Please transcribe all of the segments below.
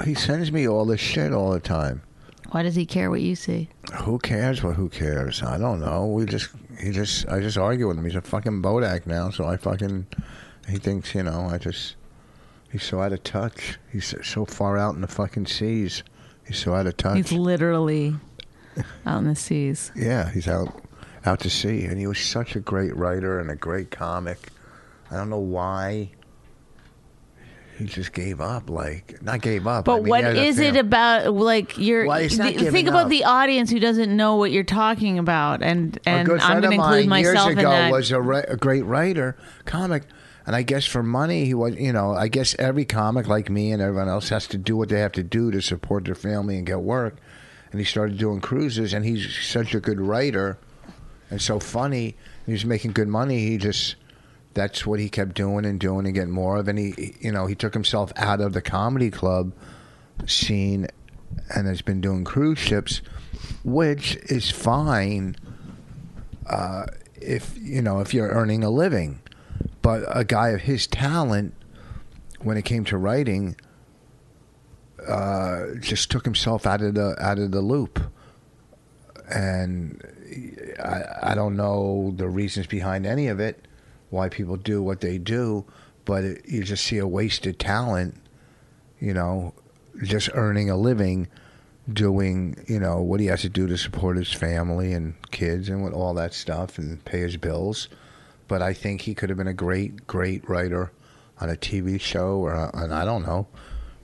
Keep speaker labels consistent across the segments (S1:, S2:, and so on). S1: He sends me all this shit all the time.
S2: Why does he care what you see?
S1: Who cares? Well, who cares? I don't know. We just he just I just argue with him. He's a fucking bodak now, so I fucking he thinks you know I just he's so out of touch. He's so far out in the fucking seas. He's so out of touch.
S2: He's literally out in the seas.
S1: yeah, he's out out to sea, and he was such a great writer and a great comic. I don't know why he just gave up. Like not gave up. I
S2: But
S1: mean,
S2: what
S1: yeah, the
S2: is it
S1: fam-
S2: about? Like you're
S1: Why it's not
S2: th-
S1: giving
S2: think about
S1: up.
S2: the audience who doesn't know what you're talking about, and and
S1: a good
S2: I'm
S1: friend
S2: going to
S1: of
S2: include
S1: mine years
S2: myself in
S1: ago
S2: that.
S1: was a, ri- a great writer, comic, and I guess for money he was. You know, I guess every comic like me and everyone else has to do what they have to do to support their family and get work. And he started doing cruises, and he's such a good writer and so funny. He was making good money. He just that's what he kept doing and doing and getting more of. And he, you know, he took himself out of the comedy club scene and has been doing cruise ships, which is fine if you know if you're earning a living. But a guy of his talent, when it came to writing, uh, just took himself out of the out of the loop, and I, I don't know the reasons behind any of it, why people do what they do, but it, you just see a wasted talent, you know, just earning a living, doing, you know, what he has to do to support his family and kids and with all that stuff and pay his bills. But I think he could have been a great, great writer on a TV show or on, I don't know,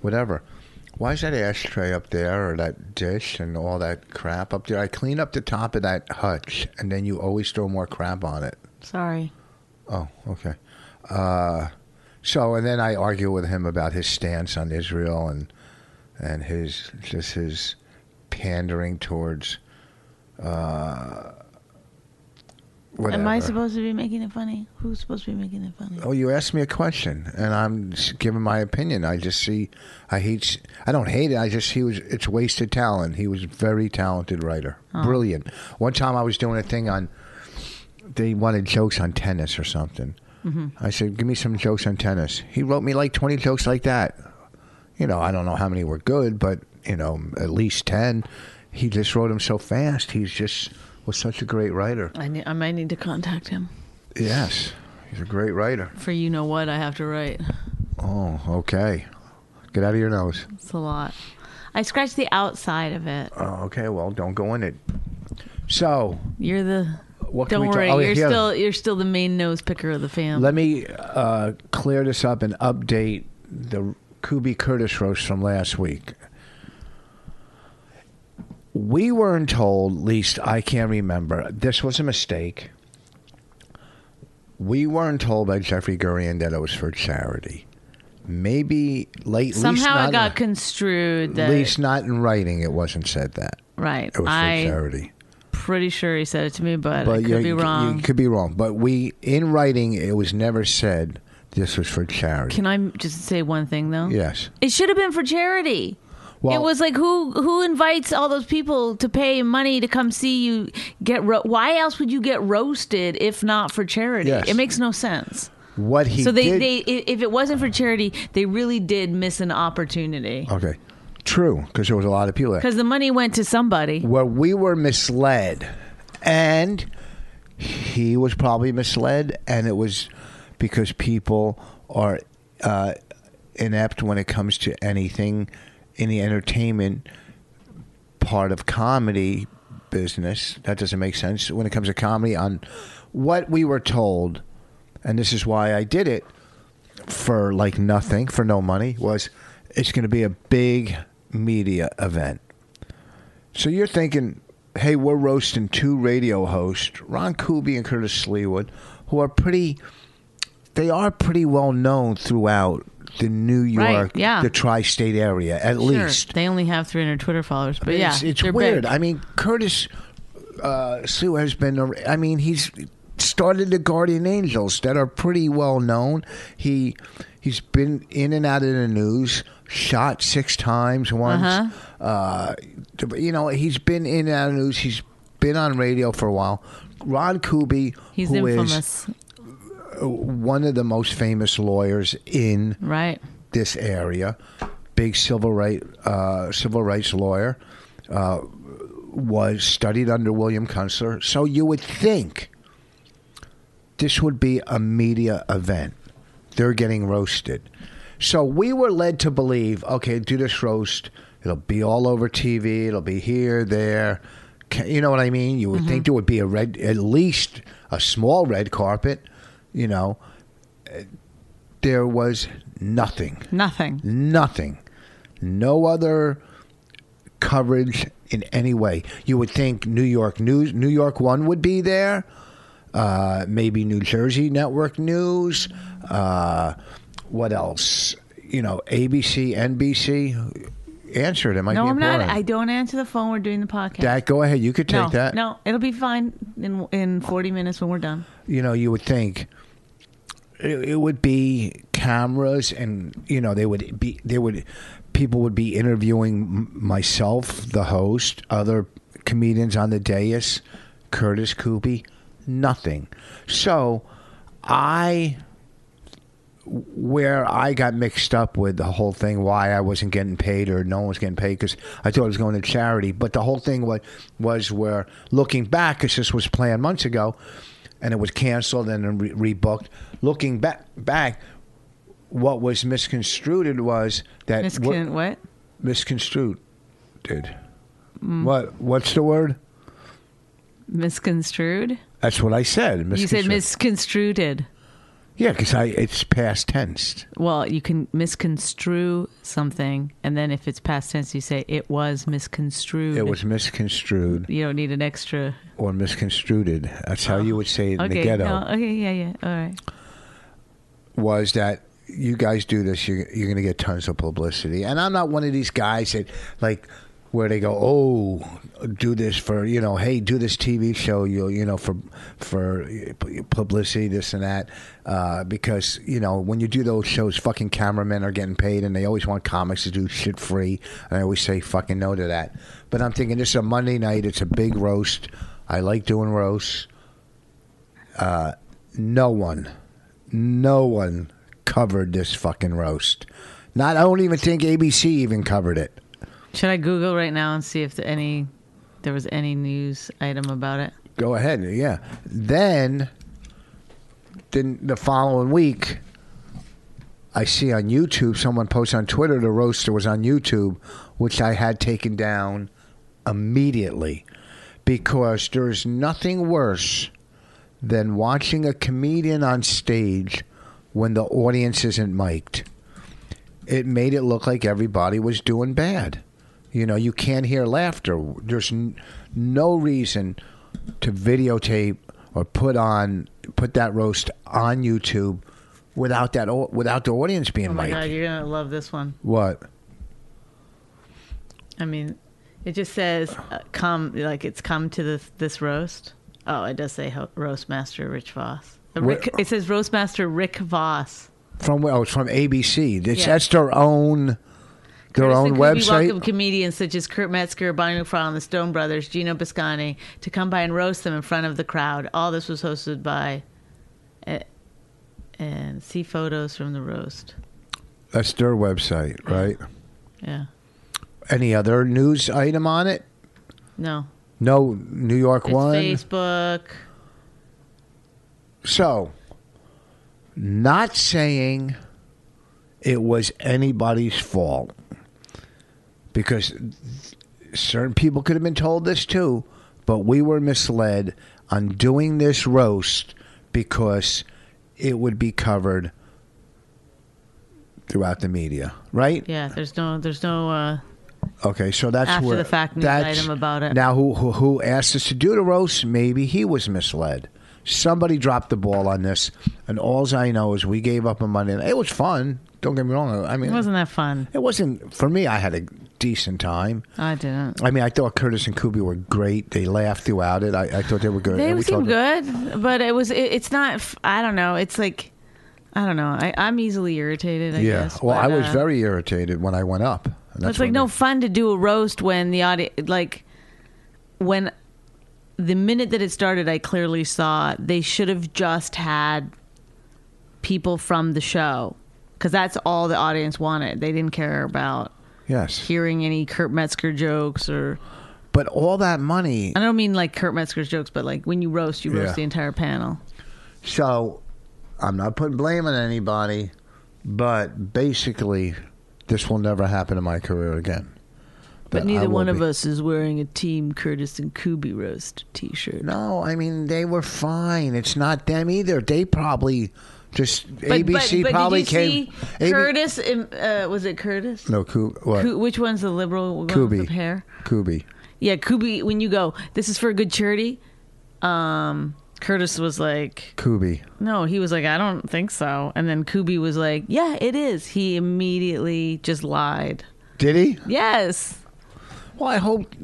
S1: whatever. Why is that ashtray up there or that dish and all that crap up there? I clean up the top of that hutch and then you always throw more crap on it.
S2: Sorry.
S1: Oh, okay. Uh, so, and then I argue with him about his stance on Israel and and his just his pandering towards. Uh, whatever.
S2: Am I supposed to be making it funny? Who's supposed to be making it funny?
S1: Oh, you asked me a question, and I'm s- giving my opinion. I just see, I hate, s- I don't hate it. I just he was, it's wasted talent. He was a very talented writer, brilliant. One time I was doing a thing on, they wanted jokes on tennis or something. I said, give me some jokes on tennis. He wrote me like 20 jokes like that. You know, I don't know how many were good, but you know, at least 10. He just wrote them so fast. He's just was such a great writer.
S2: I, ne- I might need to contact him.
S1: Yes, he's a great writer.
S2: For you know what I have to write.
S1: Oh, okay. Get out of your nose.
S2: It's a lot. I scratched the outside of it.
S1: Oh, okay, well, don't go in it. So,
S2: You're the.
S1: what can
S2: Don't
S1: we
S2: worry.
S1: talk? oh,
S2: you're
S1: here.
S2: still you're still the main nose picker of the family.
S1: Let me uh, clear this up and update the Kubi Curtis roast from last week. We weren't told, least I can remember. This was a mistake. We weren't told by Jeffrey Gurian that it was for charity. Maybe late
S2: Somehow
S1: least
S2: it
S1: not
S2: got construed
S1: at
S2: that
S1: least not in writing. It wasn't said that
S2: right.
S1: it was for
S2: I
S1: charity.
S2: pretty sure he said it to me, but, I could
S1: you-
S2: be
S1: you-
S2: wrong.
S1: You could be wrong. But we in writing, it was never said this was for charity.
S2: Can I just say one thing though?
S1: yes.
S2: It should have been for charity.
S1: Well,
S2: it was like who who invites all those people to pay money to come see you get ro- why else would you get roasted if not for charity?
S1: Yes.
S2: It makes no sense.
S1: what he
S2: so they,
S1: did.
S2: they i- if it wasn't for charity, they really did miss an opportunity
S1: okay, true, because there was a lot of people. There.
S2: because the money went to somebody.
S1: Where we were misled, and he was probably misled, and it was because people are uh, inept when it comes to anything in the entertainment part of comedy business. That doesn't make sense when it comes to comedy. On what we were told, and this is why I did it for like nothing, for no money, was it's going to be a big media event. So you're thinking, hey, we're roasting two radio hosts, Ron Kuby and Curtis Sleewood, who are pretty. They are pretty well known throughout the New York,
S2: Right, yeah.
S1: the tri-state area, at least.
S2: Sure, they only have 300 Twitter followers, but
S1: I mean,
S2: yeah,
S1: it's, it's
S2: they're
S1: weird.
S2: big.
S1: I mean, Curtis uh, Sue has been. a- I mean, he's started the Guardian Angels that are pretty well known. He he's been in and out of the news. Shot six times once.
S2: Uh-huh.
S1: uh you know, he's been in and out of the news. He's been on radio for a while. Ron Kuby,
S2: He's
S1: who is
S2: infamous,
S1: one of the most famous lawyers in
S2: right?
S1: this area, big civil right uh, civil rights lawyer, uh, was studied under William Kunstler. So you would think this would be a media event. They're getting roasted. So we were led to believe, okay, do this roast. It'll be all over TV. It'll be here, there. Ca- You know what I mean? You would think there would be a red, at least a small red carpet. You know, Uh, there was nothing
S2: Nothing.
S1: nothing, no other coverage in any way. You would think New York News, New York One would be there, uh, maybe New Jersey Network News. Uh, what else? You know, ABC, NBC. Answer it. It might
S2: No,
S1: be
S2: I'm not.
S1: important.
S2: I don't answer the phone. We're doing the podcast.
S1: that go ahead. You could take
S2: no,
S1: that.
S2: no, it'll be fine in in 40 minutes when we're done.
S1: you know, you would think it, it would be cameras, and you know, they would be they would people would be interviewing m- myself, the host, other comedians on the dais, Curtis Coopy, nothing. So I where I got mixed up with the whole thing, why I wasn't getting paid or no one was getting paid, because I thought it was going to charity. But the whole thing was, was where looking back, because this was planned months ago, and it was canceled and then re- rebooked. Looking back, back, what was misconstrued was that
S2: Miss
S1: we're-
S2: Kin- what?
S1: misconstrued, dude.
S2: Mm.
S1: What? What's the word?
S2: Misconstrued?
S1: That's what I said.
S2: You said
S1: misconstru-
S2: misconstrued.
S1: Yeah, because I it's past tense.
S2: Well, you can misconstrue something, and then if it's past tense, you say it was misconstrued.
S1: It was misconstrued
S2: You don't need an extra.
S1: or misconstrued. That's how you would say it in the
S2: Okay.
S1: ghetto.
S2: no, okay. Yeah. Yeah. All right.
S1: was that you guys do this, you're, you're going to get tons of publicity. And I'm not one of these guys that, like, where they go, oh, do this for, you know, hey, do this TV show, you you know, for for publicity, this and that, uh, because you know when you do those shows, fucking cameramen are getting paid, and they always want comics to do shit free, and I always say fucking no to that. But I'm thinking this is a Monday night, it's a big roast. I like doing roasts Uh, no one, no one covered this fucking roast. Not, I don't even think ABC even covered it.
S2: Should I Google right now and see if there any there was any news item about it?
S1: Go ahead, yeah. Then, then the following week, I see on YouTube someone posts on Twitter the roast that was on YouTube, which I had taken down immediately because there is nothing worse than watching a comedian on stage when the audience isn't mic'd. It made it look like everybody was doing bad. You know, you can't hear laughter. There's n- no reason to videotape or put on put that roast on YouTube without that au- without the audience being
S2: Oh my
S1: mic'd.
S2: god, you're gonna love this one.
S1: What?
S2: I mean, it just says uh, come like it's come to this this roast. Oh, it does say ho- roast master Rich Voss. Uh,
S1: Where-
S2: Rick, it says roast master Rick Voss.
S1: From where? Oh, it's from ABC. It's,
S2: Yeah.
S1: That's their own their
S2: Artists
S1: own
S2: include- we welcome
S1: website.
S2: comedians such as Kurt Metzger, Bonnie McFarlane, the Stone Brothers, Gino Biscani to come by and roast them in front of the crowd. All this was hosted by, uh, and see photos from the roast.
S1: That's their website, right?
S2: Yeah,
S1: Any other news item on it?
S2: no,
S1: No, New York
S2: it's
S1: one.
S2: Facebook.
S1: So, not saying it was anybody's fault because certain people could have been told this too, but we were misled on doing this roast because it would be covered throughout the media, right?
S2: Yeah, there's no, there's no. Uh,
S1: Okay, so that's
S2: After
S1: where
S2: the fact news
S1: that's-
S2: item about it.
S1: Now, who, who who asked us to do the roast? Maybe he was misled. Somebody dropped the ball on this, and alls I know is we gave up on Monday. Night. It was fun. Don't get me wrong. I mean,
S2: it wasn't that fun.
S1: It wasn't for me. I had a decent time.
S2: I didn't.
S1: I mean, I thought Curtis and Kubi were great. They laughed throughout it. I, I thought they were good. And
S2: They
S1: we told
S2: seemed
S1: them-
S2: good, but it was. It, it's not. f- I don't know. It's like, I don't know. I, I'm easily irritated. I
S1: Yeah.
S2: guess.
S1: well,
S2: but,
S1: I was
S2: uh,
S1: very irritated when I went up. And that's
S2: It's like
S1: what
S2: no
S1: made-
S2: fun to do a roast when the audience, like, when the minute that it started, I clearly saw they should have just had people from the show because that's all the audience wanted. They didn't care about
S1: Yes.
S2: hearing any Kurt Metzger jokes or
S1: but all that money.
S2: I don't mean like Kurt Metzger's jokes, but like when you roast, you roast
S1: Yeah.
S2: the entire panel.
S1: So I'm not putting blame on anybody, but basically, this will never happen in my career again.
S2: But
S1: That I
S2: neither
S1: will
S2: one of
S1: be-
S2: us is wearing a Team Curtis and Kubi roast T-shirt.
S1: No, I mean they were fine. It's not them either. They probably just ABC probably
S2: did you
S1: came.
S2: See
S1: AB
S2: Curtis, um, uh, was it Curtis?
S1: no, Ku, what?
S2: Coo- which one's the liberal one
S1: Kubi.
S2: with the hair?
S1: Kubi.
S2: Yeah, Kubi. When you go, this is for a good charity. Um, Curtis was like,
S1: Kubi.
S2: no, he was like, I don't think so. And then Kubi was like, yeah, it is. He immediately just lied.
S1: Did he?
S2: Yes.
S1: Well, I hope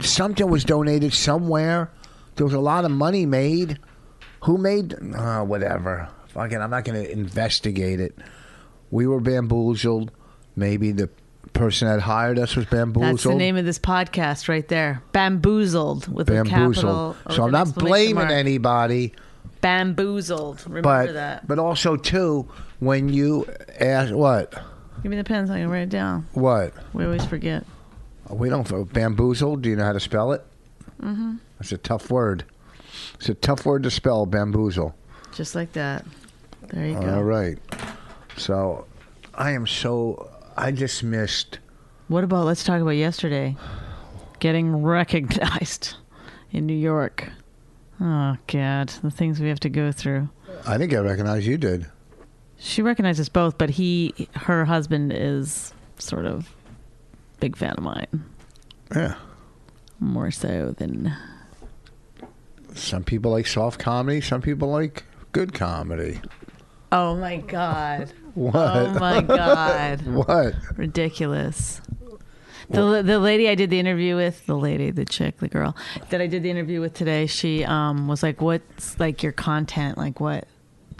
S1: something was donated somewhere. There was a lot of money made. Who made? Uh, whatever. Fucking, I'm not going to investigate it. We were bamboozled. Maybe the person that hired us was bamboozled.
S2: That's the name of this podcast right there. Bamboozled with a capital.
S1: bamboozled.
S2: with
S1: So I'm
S2: an
S1: not
S2: exclamation
S1: blaming
S2: mark.
S1: anybody,
S2: Bamboozled. Remember
S1: but
S2: that.
S1: but also too when you ask what
S2: Give me the pen so I can write it down.
S1: what
S2: We always forget.
S1: we don't bamboozled. Do you know how to spell it? Mm-hmm. That's a tough word. It's a tough word to spell. Bamboozle.
S2: Just like that. There you go.
S1: All right. So I am so I just missed
S2: What about let's talk about yesterday? getting recognized in New York. Oh God, the things we have to go through.
S1: I think I recognize you did.
S2: She recognizes both, but he, her husband, is sort of big fan of mine,
S1: Yeah.
S2: more so than
S1: Some people like soft comedy. Some people like good comedy.
S2: Oh my god.
S1: What?
S2: Oh my god.
S1: what?
S2: Ridiculous. The the lady I did the interview with, the lady, the chick, the girl that I did the interview with today, she um was like what's like your content? Like what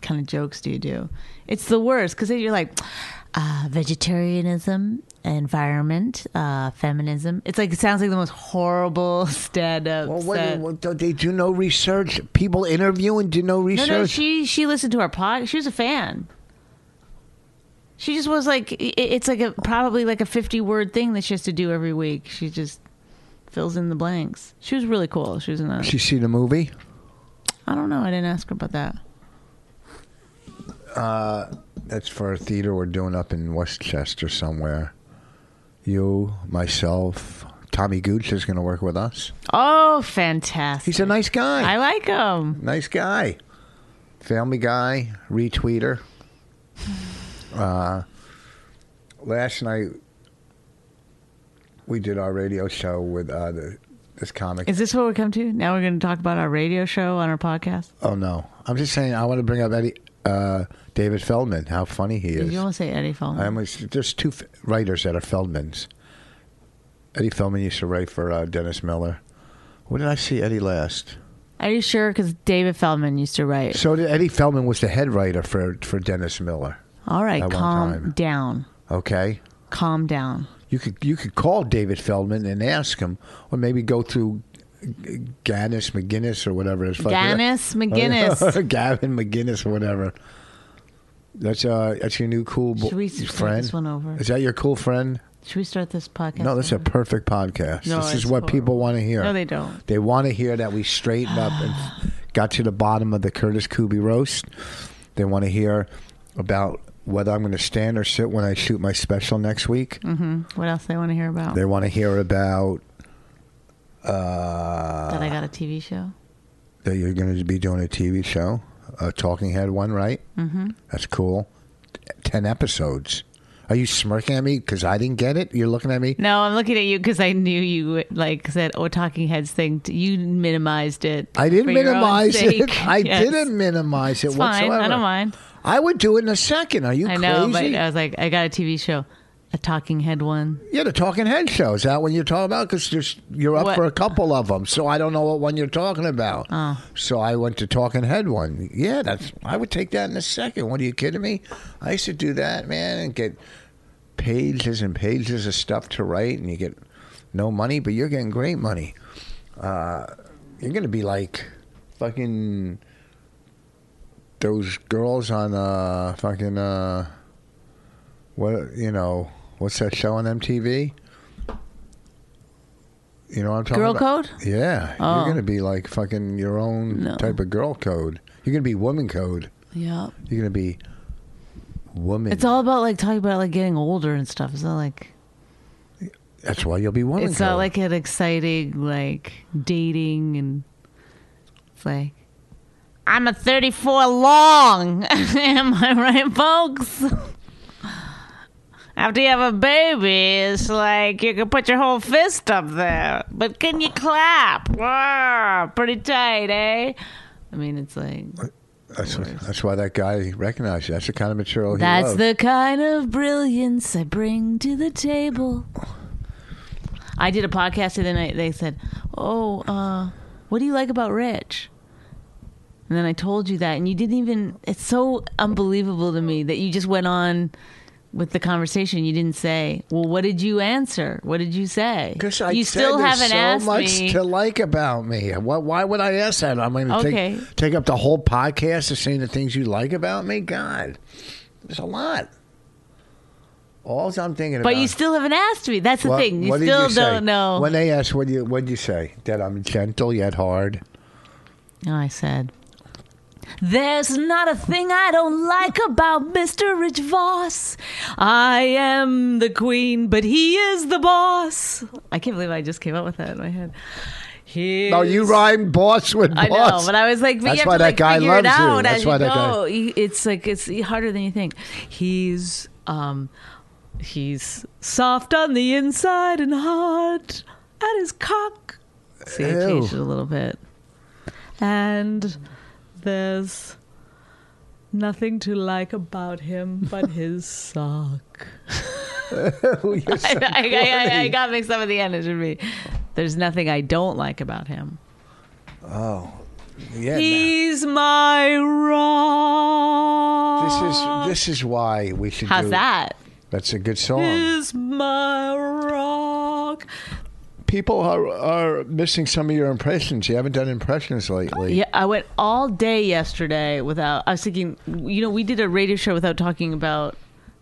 S2: kind of jokes do you do? It's the worst cuz you're like uh, vegetarianism, environment, uh, feminism. It's like it sounds like the most horrible stand up.
S1: Well, what, what- don't they do no research. People interviewing do no
S2: No,
S1: research.
S2: no, she she listened to our pod. She was a fan. She just was like, i- it's like a probably like a fifty word thing that she has to do every week. She just fills in the blanks. She was really cool. She was in a.
S1: Did you see the movie?
S2: I don't know. I didn't ask her about that.
S1: That's for a theater we're doing up in Westchester somewhere. You, myself, Tommy Gooch is going to work with us.
S2: Oh, fantastic!
S1: He's a nice guy.
S2: I like him.
S1: nice guy. Family guy, retweeter. Uh, last night we did our radio show with uh, the, this comic.
S2: Is this what we come to? Now we're going to talk about our radio show on our podcast.
S1: oh no, I'm just saying I want to bring up Eddie uh, David Feldman. How funny he
S2: Did
S1: is.
S2: you almost say Eddie Feldman?
S1: I was there's two f- writers that are Feldmans. Eddie Feldman used to write for uh, Dennis Miller. Where did I see Eddie last?
S2: Are you sure? Because David Feldman used to write.
S1: So did- Eddie Feldman was the head writer for for Dennis Miller.
S2: All right,
S1: At one time.
S2: calm down.
S1: Okay,
S2: Calm down.
S1: you could you could call David Feldman and ask him, or maybe go through G- Gannis McGinnis or whatever his fucking
S2: Gannis McGinnis.
S1: Gavin McGinnis or whatever. That's uh that's your new cool bo-
S2: Should we start
S1: friend.
S2: this one over?
S1: Is that your cool friend?
S2: Should we start this podcast?
S1: No, this is a
S2: over?
S1: perfect podcast.
S2: No,
S1: this is
S2: it's
S1: what people
S2: horrible.
S1: want to hear.
S2: No, they don't.
S1: They want to hear that we straightened up and got to the bottom of the Curtis Kubi roast. They want to hear about whether I'm going to stand or sit when I shoot my special next week.
S2: Mm-hmm. What else they want to hear about?
S1: They want to hear about
S2: that I got a TV show.
S1: that you're going to be doing a TV show, a Talking Head one, right? Mm-hmm. That's cool. Ten episodes. Are you smirking at me because I didn't get it? You're looking at me.
S2: No, I'm looking at you because I knew you like said oh Talking Heads thing. t- You minimized it.
S1: I didn't
S2: for your own
S1: minimize it.
S2: sake.
S1: I
S2: Yes.
S1: didn't minimize it
S2: It's fine.
S1: whatsoever.
S2: I don't mind.
S1: I would do it in a second. Are you
S2: I
S1: crazy?
S2: know, but I was like, I got a TV show, a Talking Head one.
S1: Yeah, the Talking Head show. Is that one you're talking about? Because you're up
S2: What-
S1: for a couple of them, so I don't know what one you're talking about. So I went to Talking Head one. Yeah, that's. I would take that in a second. What are you kidding me? I used to do that, man, and get pages and pages of stuff to write, and you get no money, but you're getting great money. Uh, you're gonna be like fucking those girls on uh fucking uh what you know what's that show on MTV? You know what I'm talking
S2: Girl
S1: about?
S2: Code?
S1: Yeah,
S2: Oh.
S1: you're gonna be like fucking your own
S2: No.
S1: type of girl code. You're gonna be woman code.
S2: Yeah,
S1: You're gonna be woman.
S2: it's all about like talking about like getting older and stuff. It's not like
S1: That's why you'll be woman.
S2: it's
S1: code.
S2: not like an exciting like dating and it's like I'm a 34 long. Am I right, folks? After you have a baby, it's like you can put your whole fist up there, but can you clap? Wow, pretty tight, eh? I mean, it's like
S1: that's, that's why that guy recognized you. That's the kind of material he
S2: that's
S1: loved.
S2: the kind of brilliance I bring to the table. I did a podcast the other night. They said, "Oh, uh, what do you like about Rich?" And then I told you that, and you didn't even. It's so unbelievable to me that you just went on with the conversation. You didn't say, "Well, what did you answer? What did you say?"
S1: Because I
S2: you
S1: said
S2: still
S1: there's
S2: haven't
S1: so
S2: asked
S1: much
S2: me.
S1: to like about me. Why, why would I ask that? I'm going to
S2: Okay.
S1: take, take up the whole podcast of saying the things you like about me. God, there's a lot. All I'm thinking about.
S2: but you still haven't asked me. That's the
S1: What-
S2: thing. You
S1: what did
S2: still
S1: say?
S2: don't know.
S1: When they asked, what do you what do you say? That I'm gentle yet hard.
S2: And I said, There's not a thing I don't like about Mr. Rich Voss. I am the queen, but he is the boss. I can't believe I just came up with that in my head. He
S1: No, you
S2: is-
S1: rhyme boss with boss.
S2: I know, but I was like, but
S1: That's
S2: you have
S1: why
S2: to
S1: that
S2: like
S1: guy
S2: figure
S1: loves
S2: it out
S1: you. That's
S2: as
S1: why
S2: you
S1: that guy-
S2: go. You- It's like it's harder than you think. He's um, he's soft on the inside and hard at his cock. See, I changed
S1: Ew.
S2: it a little bit. And there's nothing to like about him but his sock.
S1: You're so
S2: I, I, I, I
S1: corny.
S2: got mixed up at the end. It should be. There's nothing I don't like about him.
S1: Yeah,
S2: He's my
S1: no.
S2: rock.
S1: This is this is why we should.
S2: How's
S1: do,
S2: that?
S1: That's a good song.
S2: He's my rock.
S1: People are are missing some of your impressions. You haven't done impressions lately.
S2: Yeah, I went all day yesterday without. I was thinking, you know, we did a radio show without talking about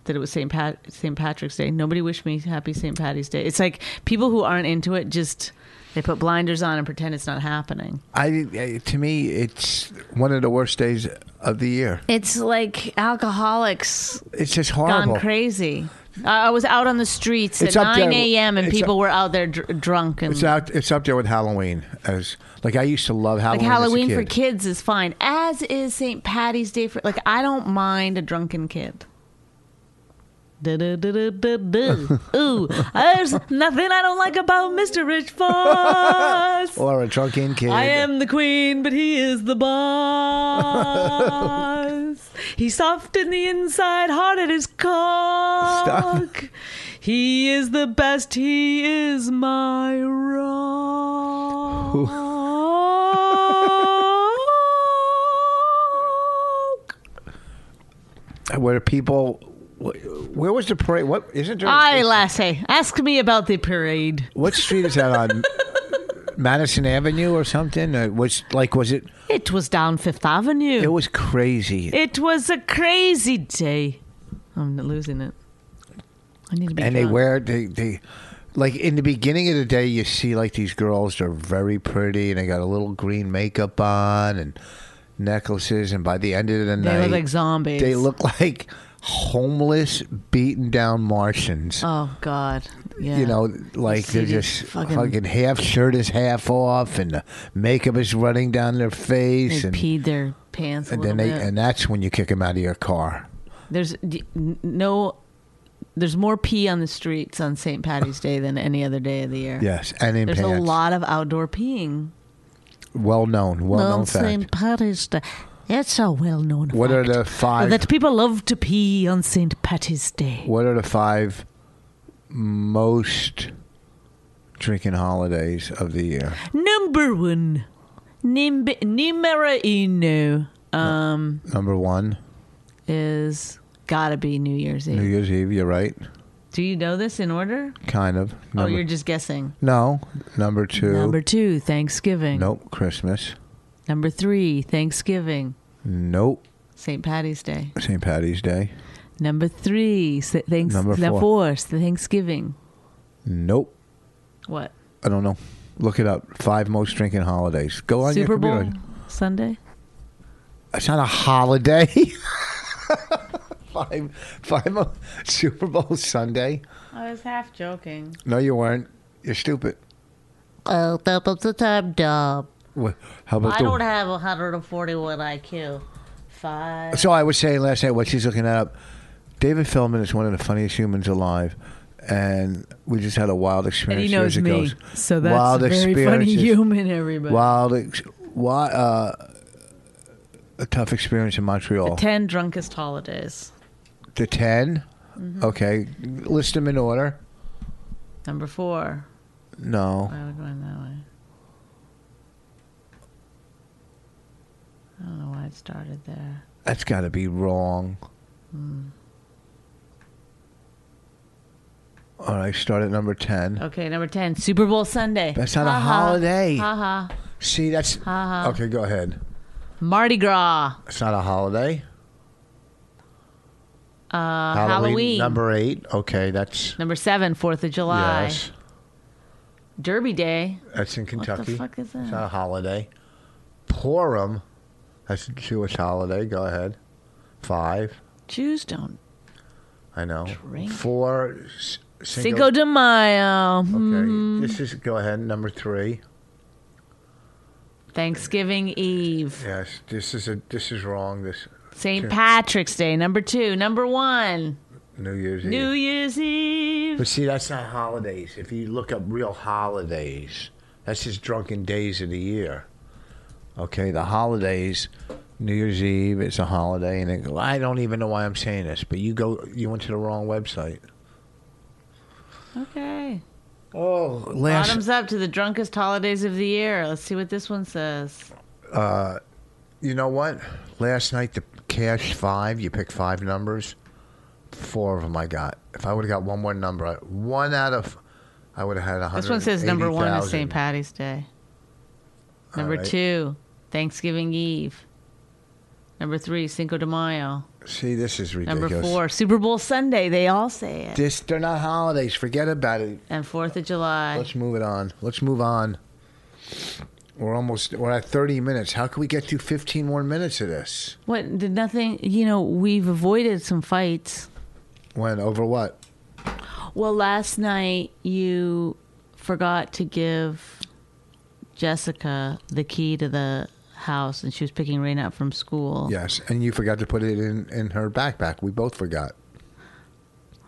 S2: that it was St. Pat St. Patrick's Day. Nobody wished me happy St. Patty's Day. It's like people who aren't into it just they put blinders on and pretend it's not happening.
S1: I, I to me, it's one of the worst days of the year.
S2: It's like alcoholics
S1: It's just
S2: gone
S1: horrible.
S2: crazy. I, I was out on the streets
S1: It's
S2: at
S1: up there.
S2: 9 a.m. and
S1: It's
S2: people
S1: up-
S2: were out there dr- drunk and
S1: It's out. It's up there with Halloween. As like I used to love
S2: like
S1: Halloween. as a
S2: Halloween for
S1: kid.
S2: kids is fine, as is St. Patty's Day for like I don't mind a drunken kid. Du-du-du-du-du-du. Ooh, there's nothing I don't like about Mr. Rich Foss.
S1: or a drunken kid.
S2: I am the queen, but he is the boss. He's soft in the inside, hard at his cock. He is the best. He is my rock.
S1: Where people. wh- Where was the parade? What isn't there?
S2: Aye, lassie. Ask me about the parade.
S1: What street is that on? Madison Avenue or something? It was like was it?
S2: It was down Fifth Avenue.
S1: It was crazy.
S2: It was a crazy day. I'm losing it. I need to be.
S1: and they
S2: drunk.
S1: wear they they like in the beginning of the day you see like these girls they're very pretty and they got a little green makeup on and necklaces and by the end of the
S2: They
S1: night
S2: look like zombies.
S1: they look like homeless beaten down Martians.
S2: Oh God. Yeah.
S1: You know, like
S2: see
S1: they're
S2: these
S1: just
S2: fucking-
S1: fucking, half shirt is half off, and the makeup is running down their
S2: they
S1: face, and,
S2: peed their pants a
S1: and
S2: little
S1: then they
S2: bit.
S1: and that's when you kick them out of your car.
S2: there's d- n- no. There's more pee on the streets on St. Patty's Day than any other day of the year.
S1: Yes, and in
S2: There's a
S1: pants.
S2: lot of outdoor peeing
S1: Well known, well known
S2: on
S1: fact.
S2: St. Patty's Day. It's a well-known
S1: What are
S2: fact
S1: the five?
S2: that people love to pee on St. Patty's Day.
S1: What are the five most drinking holidays of the year?
S2: Number one, Nim- numero uno um,
S1: Number one,
S2: is gotta be New Year's Eve.
S1: New Year's Eve. You're right,
S2: Do you know this in order?
S1: kind of.
S2: Oh,
S1: Number-
S2: you're just guessing.
S1: no. Number two.
S2: Number two, Thanksgiving.
S1: Nope. Christmas.
S2: Number three, Thanksgiving.
S1: Nope.
S2: St. Patty's Day.
S1: St. Patty's Day.
S2: Number three, s- thanks,
S1: Number
S2: the
S1: four.
S2: fourth, the Thanksgiving.
S1: Nope.
S2: What?
S1: I don't know. Look it up. Five most drinking holidays. Go on
S2: Super
S1: your
S2: Bowl
S1: computer.
S2: Sunday.
S1: It's not a holiday. five. Five. mo- Super Bowl Sunday.
S2: I was half joking.
S1: No, you weren't. You're stupid.
S2: Oh, top of the top dub.
S1: Wha- How about
S2: I
S1: the-
S2: don't have 141 IQ. Five.
S1: So I was saying last night while she's looking that up, David Feldman is one of the funniest humans alive. And we just had a wild
S2: And
S1: experience.
S2: he knows
S1: years
S2: me,
S1: ago.
S2: so that's a very funny
S1: experiences-
S2: human. Everybody,
S1: Wild, ex- wi- uh, a tough experience in Montreal.
S2: ten drunkest holidays.
S1: The 10
S2: Mm-hmm.
S1: Okay, list them in order.
S2: Number four.
S1: No,
S2: Why are we going that way? I don't know why it started there.
S1: that's got to be wrong.
S2: Hmm.
S1: All right, start at number ten.
S2: Okay, number ten, Super Bowl Sunday.
S1: That's not a holiday. See, that's okay. Go ahead.
S2: Mardi Gras.
S1: It's not a holiday.
S2: Uh, Halloween. Number,
S1: number eight. Okay, that's
S2: seven, Fourth of July.
S1: yes.
S2: Derby Day.
S1: That's in
S2: What
S1: Kentucky.
S2: the fuck is
S1: It's not
S2: that?
S1: a holiday. Purim. That's a Jewish holiday. Go ahead. Five.
S2: Jews don't.
S1: I know.
S2: Drink.
S1: Four. s-
S2: Cinco de Mayo.
S1: Okay.
S2: Mm-hmm.
S1: This is go ahead. Number three.
S2: Thanksgiving Eve.
S1: Yes. This is a. This is wrong. This
S2: St. Patrick's Day, number two. Number one,
S1: New Year's Eve.
S2: New Year's Eve.
S1: But see, that's not holidays. If you look up real holidays, that's just drunken days of the year. Okay, the holidays, New Year's Eve, it's a holiday, and it, I don't even know why I'm saying this, but you go, you went to the wrong website.
S2: Okay.
S1: Oh, last
S2: Bottoms up to the drunkest holidays of the year. Let's see what this one says.
S1: You know what? Last night the cash five. You pick five numbers. Four of them I got. If I would have got one more number, I- one out of, I would have had a hundred.
S2: This one says number one is St. Patty's Day. Number
S1: right.
S2: two, Thanksgiving Eve. Number three, Cinco de Mayo.
S1: See, this is
S2: Number
S1: ridiculous.
S2: four, Super Bowl Sunday. They all say it.
S1: This they're not holidays. Forget about it.
S2: And Fourth of July.
S1: Let's move it on. Let's move on. We're almost. We're at thirty minutes. How can we get through fifteen more minutes of this?
S2: What did nothing? You know, we've avoided some fights.
S1: When over what?
S2: Well, last night you forgot to give Jessica the key to the house, and she was picking Raina up from school.
S1: Yes, and you forgot to put it in in her backpack. We both forgot.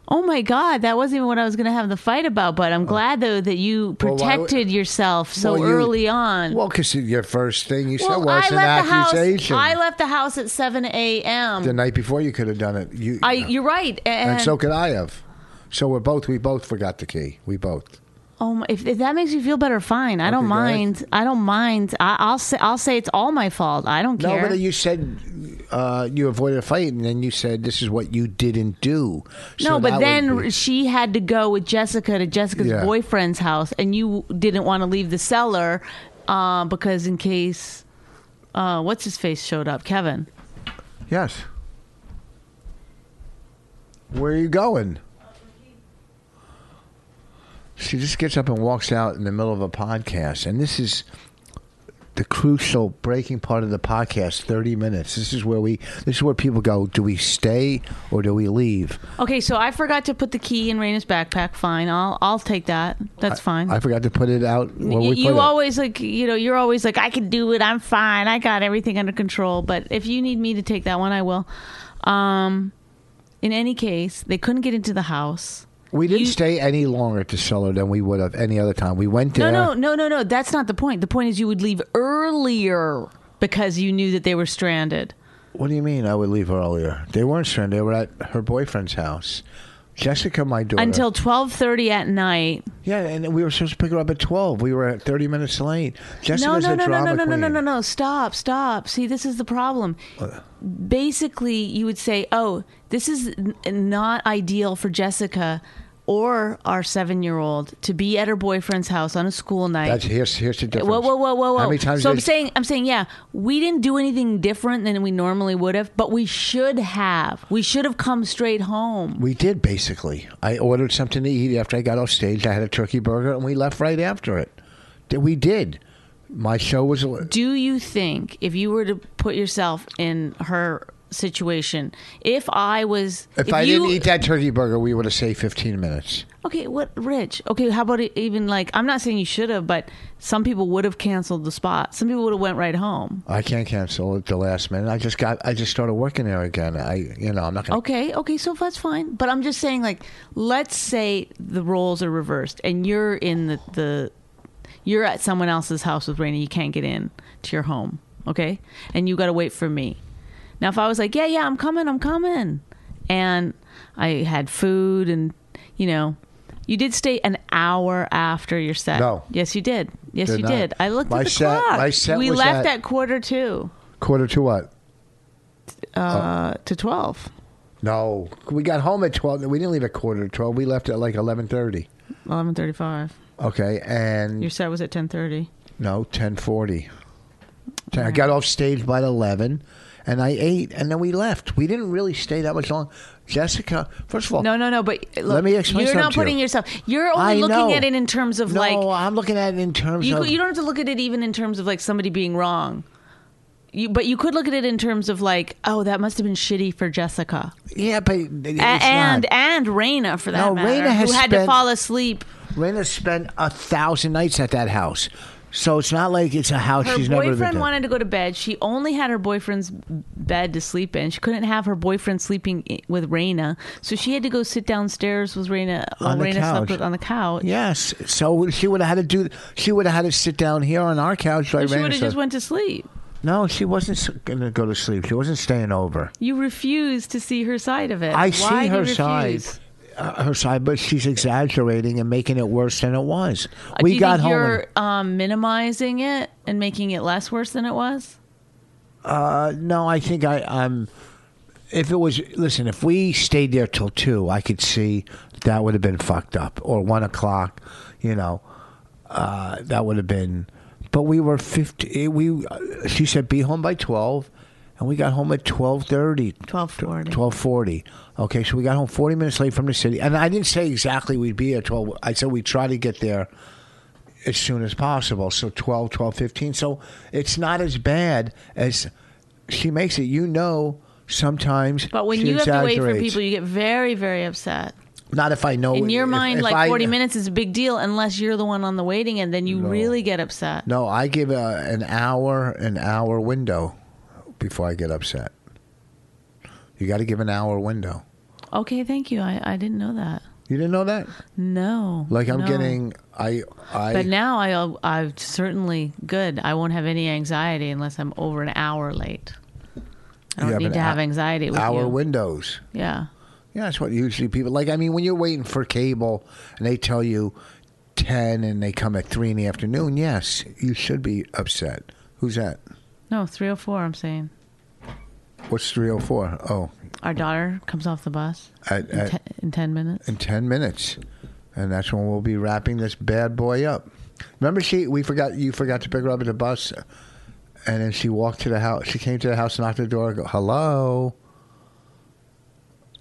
S2: Oh my God, that wasn't even what I was going to have the fight about. But I'm glad though that you
S1: Oh. Well, why would-
S2: protected yourself so
S1: Well, you-
S2: early on.
S1: Well, because your first thing you
S2: Well,
S1: said was an accusation.
S2: house. I left the house at 7 a.m.
S1: the night before you could have done it. You
S2: I, you're right. And,
S1: and so could I have. So we're both. We both forgot the key. We both.
S2: oh my, if, if that makes you feel better, fine. I don't
S1: Okay, go ahead.
S2: mind. I don't mind. I, I'll say I'll say it's all my fault. I don't
S1: No,
S2: care.
S1: but you said uh, you avoided a fight, and then you said this is what you didn't do. So
S2: no, but
S1: that
S2: then
S1: would be-
S2: she had to go with Jessica to Jessica's
S1: Yeah.
S2: boyfriend's house, and you didn't want to leave the cellar uh, because in case uh, what's his face showed up, Kevin.
S1: yes. Where are you going? She just gets up and walks out in the middle of a podcast, and this is the crucial breaking part of the podcast. Thirty minutes. This is where we. This is where people go. Do we stay or do we leave?
S2: Okay, so I forgot to put the key in Raina's backpack. Fine, I'll I'll take that. That's fine.
S1: I forgot to put it out. When
S2: Y-
S1: we put
S2: you
S1: it.
S2: always like you know you're always like I can do it. I'm fine. I got everything under control. But if you need me to take that one, I will. Um, in any case, they couldn't get into the house.
S1: We didn't
S2: You-
S1: stay any longer at the cellar than we would have any other time. We went
S2: No,
S1: there.
S2: no, no, no, no. That's not the point. The point is you would leave earlier because you knew that they were stranded.
S1: What do you mean? I would leave earlier. They weren't stranded. They were at her boyfriend's house. Jessica, my daughter.
S2: Until twelve thirty at night.
S1: yeah, and we were supposed to pick her up at twelve. We were at thirty minutes late.
S2: no,
S1: Jessica's
S2: no,
S1: a
S2: no, no,
S1: drama
S2: no, no, no, no,
S1: queen.
S2: no, no. Stop, stop. See, this is the problem. Basically, you would say, "Oh, this is n- not ideal for Jessica." Or our seven-year-old to be at her boyfriend's house on a school night.
S1: That's here's here's the difference.
S2: Whoa, whoa, whoa, whoa, whoa!
S1: How many times?
S2: so
S1: did-
S2: I'm saying, I'm saying, yeah, we didn't do anything different than we normally would have, but we should have. We should have come straight home.
S1: we did basically. I ordered something to eat after I got off stage. I had a turkey burger, and we left right after it. Did- We did. My show was.
S2: Do you think if you were to put yourself in her situation, if I was,
S1: If, I
S2: you,
S1: didn't eat that turkey burger, we would have saved fifteen minutes.
S2: okay, what, Rich? Okay, how about it even like I'm not saying you should have, but some people would have canceled the spot. Some people would have went right home.
S1: I can't cancel at the last minute. I just got. I just started working there again. I, you know, I'm not gonna.
S2: Okay, okay, so that's fine. But I'm just saying, like, let's say the roles are reversed, and you're in the the you're at someone else's house with Raina. You can't get in to your home, okay? And you got to wait for me. Now, if I was like, yeah, yeah, I'm coming, I'm coming, and I had food, and you know, you did stay an hour after your set.
S1: No.
S2: yes, you did. Yes,
S1: Did
S2: you
S1: not.
S2: did. I looked
S1: My
S2: at the
S1: set-
S2: clock.
S1: my set
S2: we
S1: was
S2: left
S1: at-
S2: at quarter to
S1: Quarter to what? Oh.
S2: uh, to twelve.
S1: No, we got home at twelve. We didn't leave at quarter to twelve. We left at like eleven thirty.
S2: Eleven thirty-five.
S1: Okay, and
S2: Your set was at ten thirty.
S1: no, ten forty. I got off stage by eleven, and I ate, and then we left. We didn't really stay that much long. Jessica, first of all,
S2: No, no, no. But eh, look,
S1: Let me explain
S2: You're
S1: something
S2: not
S1: to you.
S2: putting yourself. You're only
S1: I
S2: looking
S1: know.
S2: at it in terms of
S1: no,
S2: like
S1: I'm looking at it in terms
S2: you.
S1: of
S2: You don't have to look at it even in terms of like somebody being wrong. you, but you could look at it in terms of like, oh, that must have been shitty for Jessica
S1: Yeah, but it's
S2: A- and
S1: not.
S2: and Raina for that
S1: No,
S2: matter,
S1: Raina has
S2: who had
S1: spent-
S2: to fall asleep.
S1: Raina spent a thousand nights at that house, so it's not like it's a house
S2: Her
S1: she's never been
S2: boyfriend
S1: to.
S2: wanted to go to bed. She only had her boyfriend's bed to sleep in. She couldn't have her boyfriend sleeping i- with Raina, so she had to go sit downstairs with Raina. while
S1: On the
S2: Raina
S1: couch.
S2: slept with, on the couch.
S1: yes, so she would have had to do. She would have had to sit down here on our couch. Like
S2: She
S1: Raina
S2: would have
S1: said.
S2: just went to sleep.
S1: no, she wasn't s- gonna go to sleep. She wasn't staying over.
S2: You refuse to see her side of it.
S1: I
S2: Why do
S1: see
S2: you
S1: her
S2: refuse?
S1: side. Uh, her side, but she's exaggerating and making it worse than it was.
S2: Uh, do
S1: We
S2: you
S1: got home.
S2: think
S1: and-
S2: You're um, minimizing it and making it less worse than it was.
S1: No, I think I, I'm. If it was, listen, if we stayed there till two, I could see that would have been fucked up, or one o'clock. You know, uh, that would have been. But we were fifty. We, she said, be home by twelve, and we got home at twelve thirty.
S2: 12:40.
S1: Twelve forty. Okay, so we got home forty minutes late from the city, and I didn't say exactly we'd be at twelve. I said we'd try to get there as soon as possible. So 12, 12, 15. So it's not as bad as she makes it. You know, sometimes.
S2: But when
S1: she
S2: you have to wait for
S1: exaggerates.
S2: people, you get very, very upset.
S1: Not if I know.
S2: In your
S1: if-
S2: mind,
S1: if
S2: like
S1: I-
S2: 40 minutes is a big deal unless you're the one on the waiting end, then you really get upset.
S1: No, I give a, an hour, an hour window before I get upset. You got to give an hour window.
S2: Okay, thank you. I, I didn't know that.
S1: You didn't know that?
S2: No.
S1: Like I'm
S2: no.
S1: getting, I, I.
S2: But now I, I've certainly good. I won't have any anxiety unless I'm over an hour late. I
S1: You
S2: don't
S1: have
S2: need
S1: an
S2: to have
S1: hou-
S2: anxiety with
S1: hour
S2: you.
S1: windows.
S2: yeah.
S1: Yeah, that's what usually people like. I mean, when you're waiting for cable and they tell you 10 and they come at 3 in the afternoon, yes, you should be upset. Who's that?
S2: No, 304, I'm saying.
S1: What's 304? Oh,
S2: Our daughter comes off the bus
S1: at,
S2: in, te-
S1: at,
S2: in 10 minutes.
S1: in 10 minutes. And that's when we'll be wrapping this bad boy up. Remember, she, we forgot, you forgot to pick her up at the bus. And then she walked to the house. She came to the house, knocked the door, go, hello.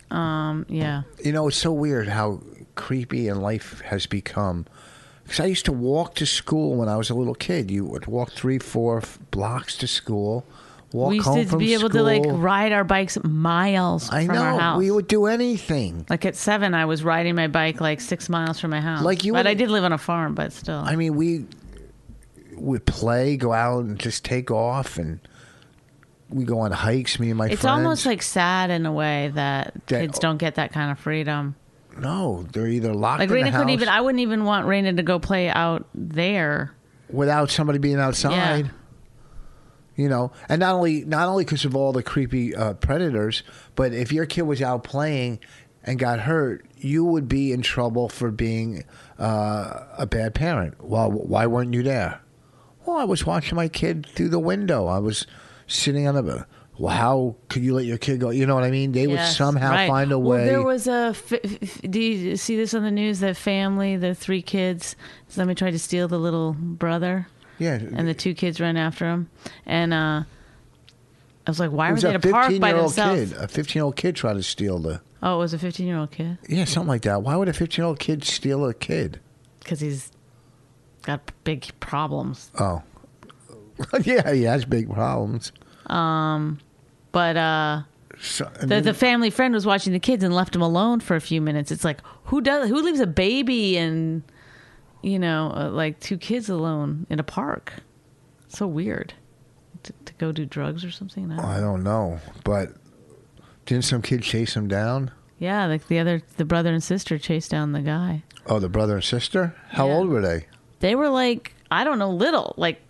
S2: Um, yeah.
S1: You know, it's so weird how creepy and life has become. Because I used to walk to school when I was a little kid. You would walk three, four f- blocks to school, walk
S2: we used
S1: home
S2: to
S1: from
S2: be able to like
S1: school.
S2: ride our bikes miles
S1: I
S2: from
S1: know
S2: our house.
S1: we would do anything.
S2: like at seven, I was riding my bike like six miles from my house.
S1: Like you
S2: but
S1: would-
S2: I did live on a farm, but still.
S1: I mean, we would play, go out, and just take off, and we go on hikes. Me and my
S2: it's
S1: friends.
S2: almost like sad in a way that,
S1: That-
S2: kids don't get that kind of freedom.
S1: no, they're either locked
S2: Like
S1: in the
S2: Raina couldn't
S1: house
S2: even. I wouldn't even want Raina to go play out there.
S1: without somebody being outside.
S2: Yeah.
S1: You know, and not only not only because of all the creepy uh, predators, but if your kid was out playing and got hurt, you would be in trouble for being uh, a bad parent. Well, why weren't you there? Well, I was watching my kid through the window. I was sitting on a. Well, how could you let your kid go? You know what I mean? They would
S2: Yes,
S1: somehow
S2: right.
S1: find a way.
S2: Well, there was a. F- f- do you see this on the news? That family, the three kids, somebody tried to steal the little brother.
S1: yeah,
S2: and the two kids ran after him. And uh, I was like, why
S1: it
S2: were
S1: was
S2: they
S1: a
S2: at a park by
S1: fifteen-year-old
S2: themselves?
S1: kid. A fifteen-year-old kid tried to steal the.
S2: Oh, it was a 15 year old kid
S1: Yeah, something like that. Why would a 15 year old kid steal a kid?
S2: because he's got big problems.
S1: Oh. yeah, he has big problems.
S2: But uh,
S1: So,
S2: the, the family friend was watching the kids and left him alone for a few minutes. It's like, who does who leaves a baby and you know uh, like two kids alone in a park? So weird. To, to go do drugs or something? I don't-
S1: I don't know, but didn't some kid chase him down?
S2: Yeah, like the other, the brother and sister chased down the guy.
S1: Oh, the brother and sister? How
S2: Yeah.
S1: old were they?
S2: they were like i don't know little like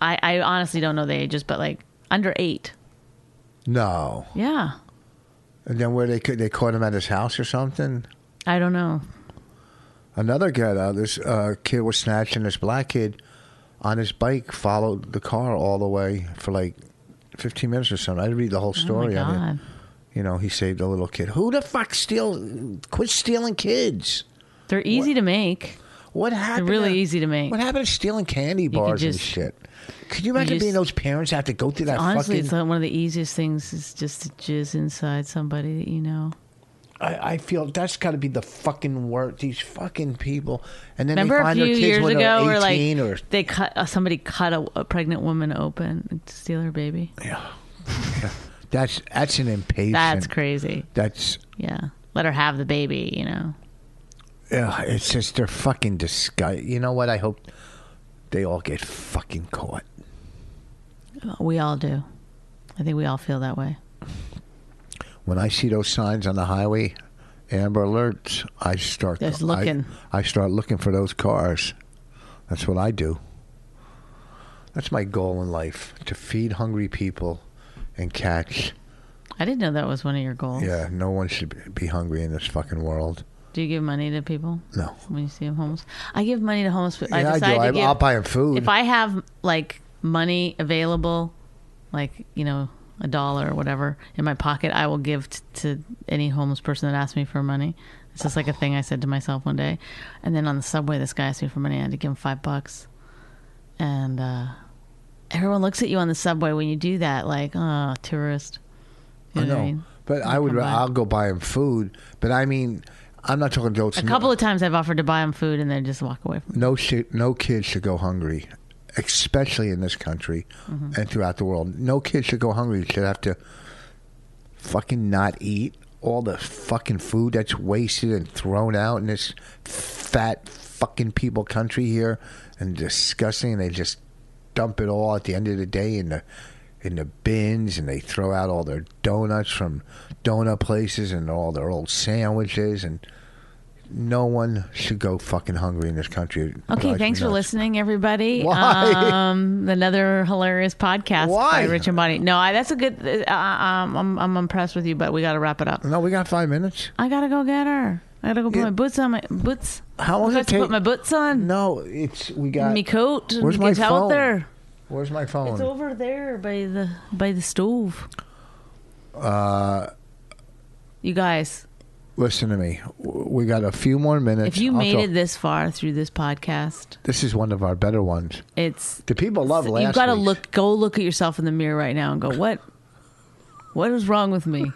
S2: i i honestly don't know the ages but like under eight
S1: No.
S2: yeah
S1: And then where they could they caught him at his house or something?
S2: i don't know
S1: Another guy, uh, this uh, kid was snatching this black kid on his bike, followed the car all the way for like 15 minutes or something. I didn't read the whole story.
S2: oh
S1: I
S2: my
S1: mean,
S2: god
S1: you know, he saved a little kid. Who the fuck steal? Quit stealing kids.
S2: they're easy to make
S1: What happened?
S2: really
S1: to-
S2: easy to make.
S1: What happened to stealing candy bars and
S2: just-
S1: shit? Could you imagine
S2: just-
S1: being those parents that have to go through that
S2: honestly
S1: fucking?
S2: it's like one of the easiest things is just to jizz inside somebody that you know
S1: I, I feel that's got to be the fucking worst. These fucking people, and then
S2: Remember
S1: they
S2: a
S1: find
S2: few
S1: their kids
S2: years
S1: when
S2: ago,
S1: they're
S2: where like
S1: eighteen or
S2: they cut uh, somebody cut a, a pregnant woman open to steal her baby.
S1: yeah. that's that's an impatient.
S2: That's crazy.
S1: That's
S2: Yeah, let her have the baby. You know,
S1: yeah. It's just they're fucking disgust. You know what? I hope they all get fucking caught.
S2: we all do. I think we all feel that way.
S1: When I see those signs on the highway, Amber Alerts, I start
S2: Just
S1: I-
S2: looking.
S1: I start looking for those cars. That's what I do. That's my goal in life: to feed hungry people and catch.
S2: I didn't know that was one of your goals.
S1: Yeah, no one should be hungry in this fucking world.
S2: Do you give money to people
S1: No.
S2: when you see them homeless? I give money to homeless. people.
S1: yeah,
S2: I decide
S1: I
S2: to
S1: do.
S2: give.
S1: I, will buy them food.
S2: if I have like money available, like you know a dollar or whatever in my pocket, I will give t- to any homeless person that asks me for money. It's just like a thing I said to myself one day. And then on the subway, this guy asked me for money. I had to give him five bucks, and uh, everyone looks at you on the subway when you do that, like oh, tourist. You
S1: I
S2: know what I
S1: know,
S2: mean?
S1: but I would.
S2: come by.
S1: I'll go buy them food. But I mean, I'm not talking adults.
S2: A couple of times I've offered to buy him food and then just walk away from.
S1: no shit, no kid should go hungry, especially in this country and throughout the world. No kid should go hungry. Should have to fucking not eat all the fucking food that's wasted and thrown out in this fat fucking people country here and disgusting. They just dump it all at the end of the day in the in the bins and they throw out all their donuts from donut places and all their old sandwiches and no one should go fucking hungry in this country. It drives
S2: Okay,
S1: me
S2: thanks for
S1: nuts.
S2: listening, everybody.
S1: Why?
S2: Um, another hilarious podcast
S1: Why?
S2: by Rich and Bonnie. No, I, that's a good. Uh, um, I'm, I'm impressed with you, but we got to wrap it up.
S1: No, we got five minutes.
S2: I gotta go get her. I gotta go put
S1: Yeah.
S2: my boots on. My boots.
S1: How long does
S2: I got
S1: it
S2: to
S1: take?
S2: put my boots on.
S1: no, it's we got.
S2: Me coat. and
S1: Where's my
S2: get out
S1: phone?
S2: there.
S1: Where's my
S2: It's
S1: phone?
S2: over there by the by the stove. Uh,
S1: Uh,
S2: you guys,
S1: Listen to me. W- We got a few more minutes.
S2: if you
S1: I'll
S2: made
S1: talk-
S2: it this far through this podcast,
S1: this is one of our better ones.
S2: it's
S1: The people love
S2: So
S1: last.
S2: You've got to
S1: week's.
S2: look. Go look at yourself in the mirror right now and go, what? What is wrong with me?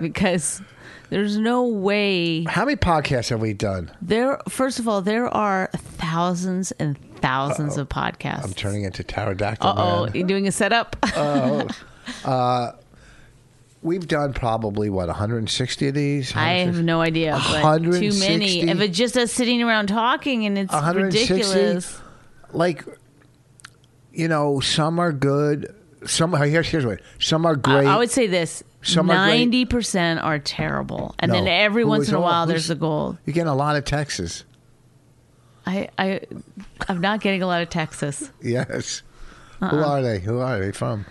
S2: Because there's no way.
S1: How many podcasts have we done?
S2: There. First of all, there are thousands and 1000s of podcasts.
S1: I'm turning into pterodactyl.
S2: Uh oh,
S1: man.
S2: you're doing a setup.
S1: We've done probably what 160 of these.
S2: I have
S1: 150?
S2: no idea. But too many.
S1: 160?
S2: If it's just us sitting around talking and it's
S1: 160?
S2: ridiculous.
S1: like you know, some are good. Some uh, here's here's what some are
S2: I-
S1: great.
S2: I would say this:
S1: Some are great.
S2: ninety percent are terrible, and then
S1: No.
S2: every
S1: Who
S2: once
S1: is
S2: in a
S1: all-
S2: while,
S1: who's-
S2: there's a gold.
S1: You're getting a lot of Texas.
S2: I, I, I'm not getting a lot of Texas.
S1: Yes.
S2: Uh-uh.
S1: Who are they? Who are they from?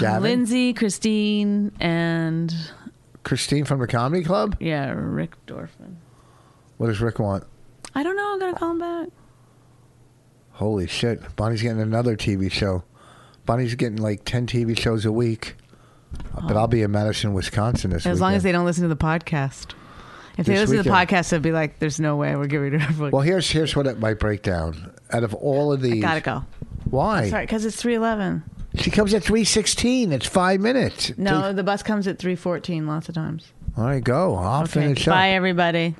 S1: Gavin,
S2: Lindsay, Christine, and
S1: Christine from the comedy club.
S2: yeah, Rick Dorfman.
S1: What does Rick want?
S2: I don't know. I'm gonna call him back.
S1: Holy shit! Bonnie's getting another TV show. Bonnie's getting like ten TV shows a week. But I'll be in Madison, Wisconsin this
S2: As long as
S1: weekend.
S2: they don't listen to the podcast. If they
S1: This
S2: listen to the
S1: weekend.
S2: podcast, they'd be like, "There's no way we're giving it a
S1: Well, here's here's what it might break down. Out of all of these,
S2: Gotta go.
S1: Why?
S2: Sorry, because it's three eleven.
S1: She comes at three sixteen. It's five minutes.
S2: No, the bus comes at three fourteen. Lots of times.
S1: All right, go. I'll finish up.
S2: Bye, everybody.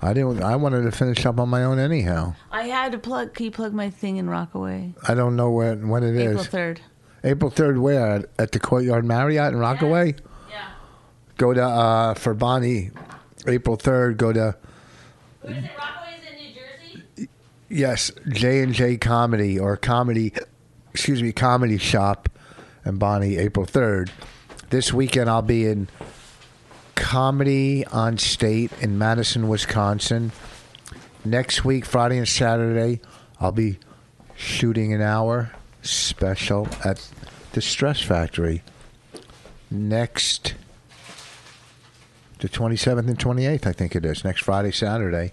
S1: I didn't. I wanted to finish up on my own anyhow.
S2: I had to plug. Can you plug my thing in Rockaway?
S1: I don't know when when it is.
S2: April third.
S1: April 3rd, where? At, at the Courtyard Marriott in Rockaway? Yeah. Go to, uh, for Bonnie, April 3rd, go to,
S3: Where's it? Rockaway's in New Jersey?
S1: yes, J&J Comedy or Comedy, excuse me, Comedy Shop and Bonnie, April 3rd. This weekend I'll be in Comedy on State in Madison, Wisconsin. Next week, Friday and Saturday, I'll be shooting an hour special at the Stress Factory. Next, the 27th and 28th, I think it is. Next Friday, Saturday.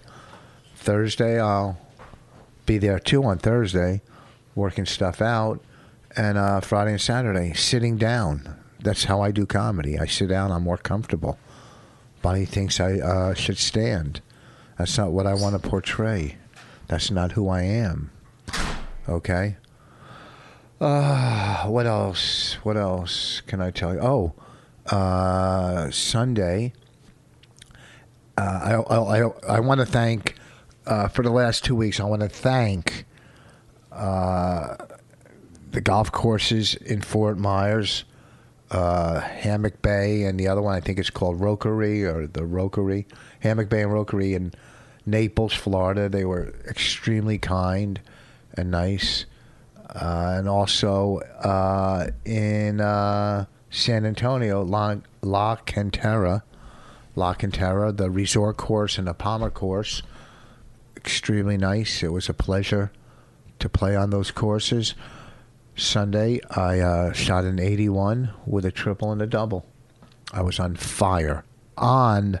S1: Thursday, I'll be there too on Thursday, working stuff out. And uh, Friday and Saturday, sitting down. That's how I do comedy. I sit down, I'm more comfortable. Bonnie thinks I uh, should stand. That's not what I want to portray. That's not who I am. Okay? Uh, what else? What else can I tell you? Oh, uh, Sunday, Uh, I I, I, I want to thank uh, for the last two weeks. I want to thank uh, the golf courses in Fort Myers, uh, Hammock Bay, and the other one I think it's called Rockery or the Rockery, Hammock Bay and Rockery in Naples, Florida. They were extremely kind and nice, uh, and also uh, in uh, San Antonio, La, La Cantera. La Cantera, the resort course and the Palmer course. Extremely nice. It was a pleasure to play on those courses. Sunday, I uh, shot an 81 with a triple and a double. I was on fire on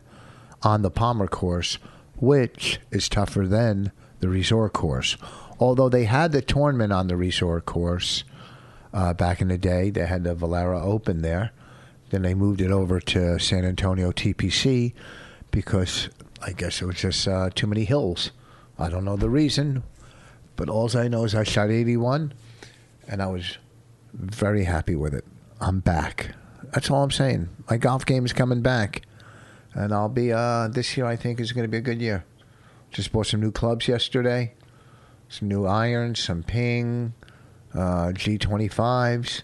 S1: on the Palmer course, which is tougher than the resort course. Although they had the tournament on the resort course uh, back in the day, they had the Valera Open there. Then they moved it over to San Antonio TPC because I guess it was just uh, too many hills. I don't know the reason, but all I know is I shot 81 and I was very happy with it. I'm back. That's all I'm saying. My golf game is coming back, and I'll be. Uh, this year, I think is going to be a good year. Just bought some new clubs yesterday, some new irons, some ping, uh, G25s.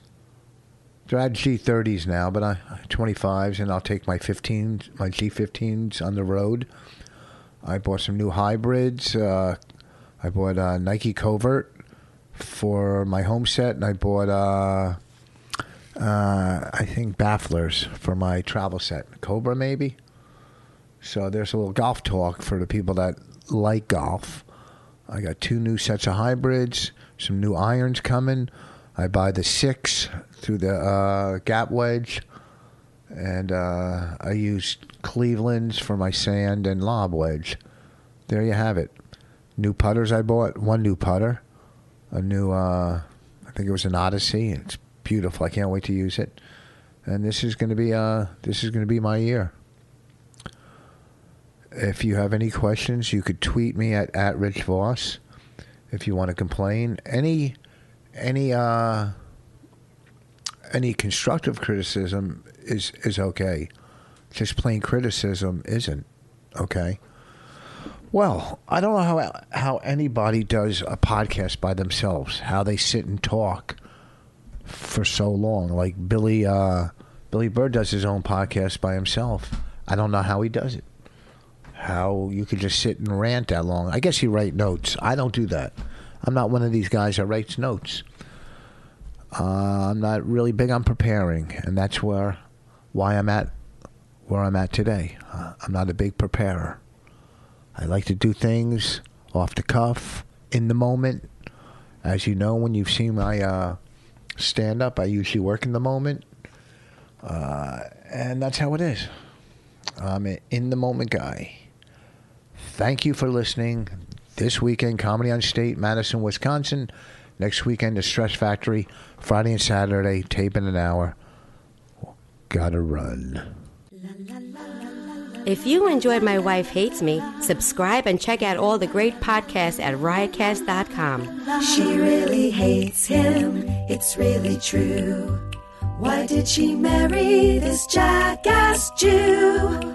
S1: They're at G30s now, but I 25s, and I'll take my 15s, my G15s on the road. I bought some new hybrids. Uh, I bought uh, Nike Covert for my home set, and I bought uh, uh, I think bafflers for my travel set, Cobra maybe. So there's a little golf talk for the people that like golf. I got two new sets of hybrids, some new irons coming. I buy the six through the uh, gap wedge, and uh, I use Cleveland's for my sand and lob wedge. There you have it. New putters I bought. One new putter a new uh I think it was an Odyssey and it's beautiful. I can't wait to use it. And this is going to be uh this is going to be my year. If you have any questions, you could tweet me at, at Rich Voss. If you want to complain, any any uh any constructive criticism is is okay. Just plain criticism isn't okay. Well, I don't know how how anybody does a podcast by themselves. How they sit and talk for so long, like Billy uh, Billy Bird does his own podcast by himself. I don't know how he does it. How you could just sit and rant that long? I guess you write notes. I don't do that. I'm not one of these guys that writes notes. Uh, I'm not really big on preparing, and that's where why I'm at where I'm at today. Uh, I'm not a big preparer. I like to do things off the cuff, in the moment. As you know, when you've seen my uh, stand up, I usually work in the moment. Uh, and that's how it is. I'm an in the moment guy. Thank you for listening. This weekend, Comedy on State, Madison, Wisconsin. Next weekend, The Stress Factory. Friday and Saturday, tape in an hour. Gotta run.
S4: If you enjoyed My Wife Hates Me, subscribe and check out all the great podcasts at riotcast.com.
S5: She really hates him, it's really true. Why did she marry this jackass Jew?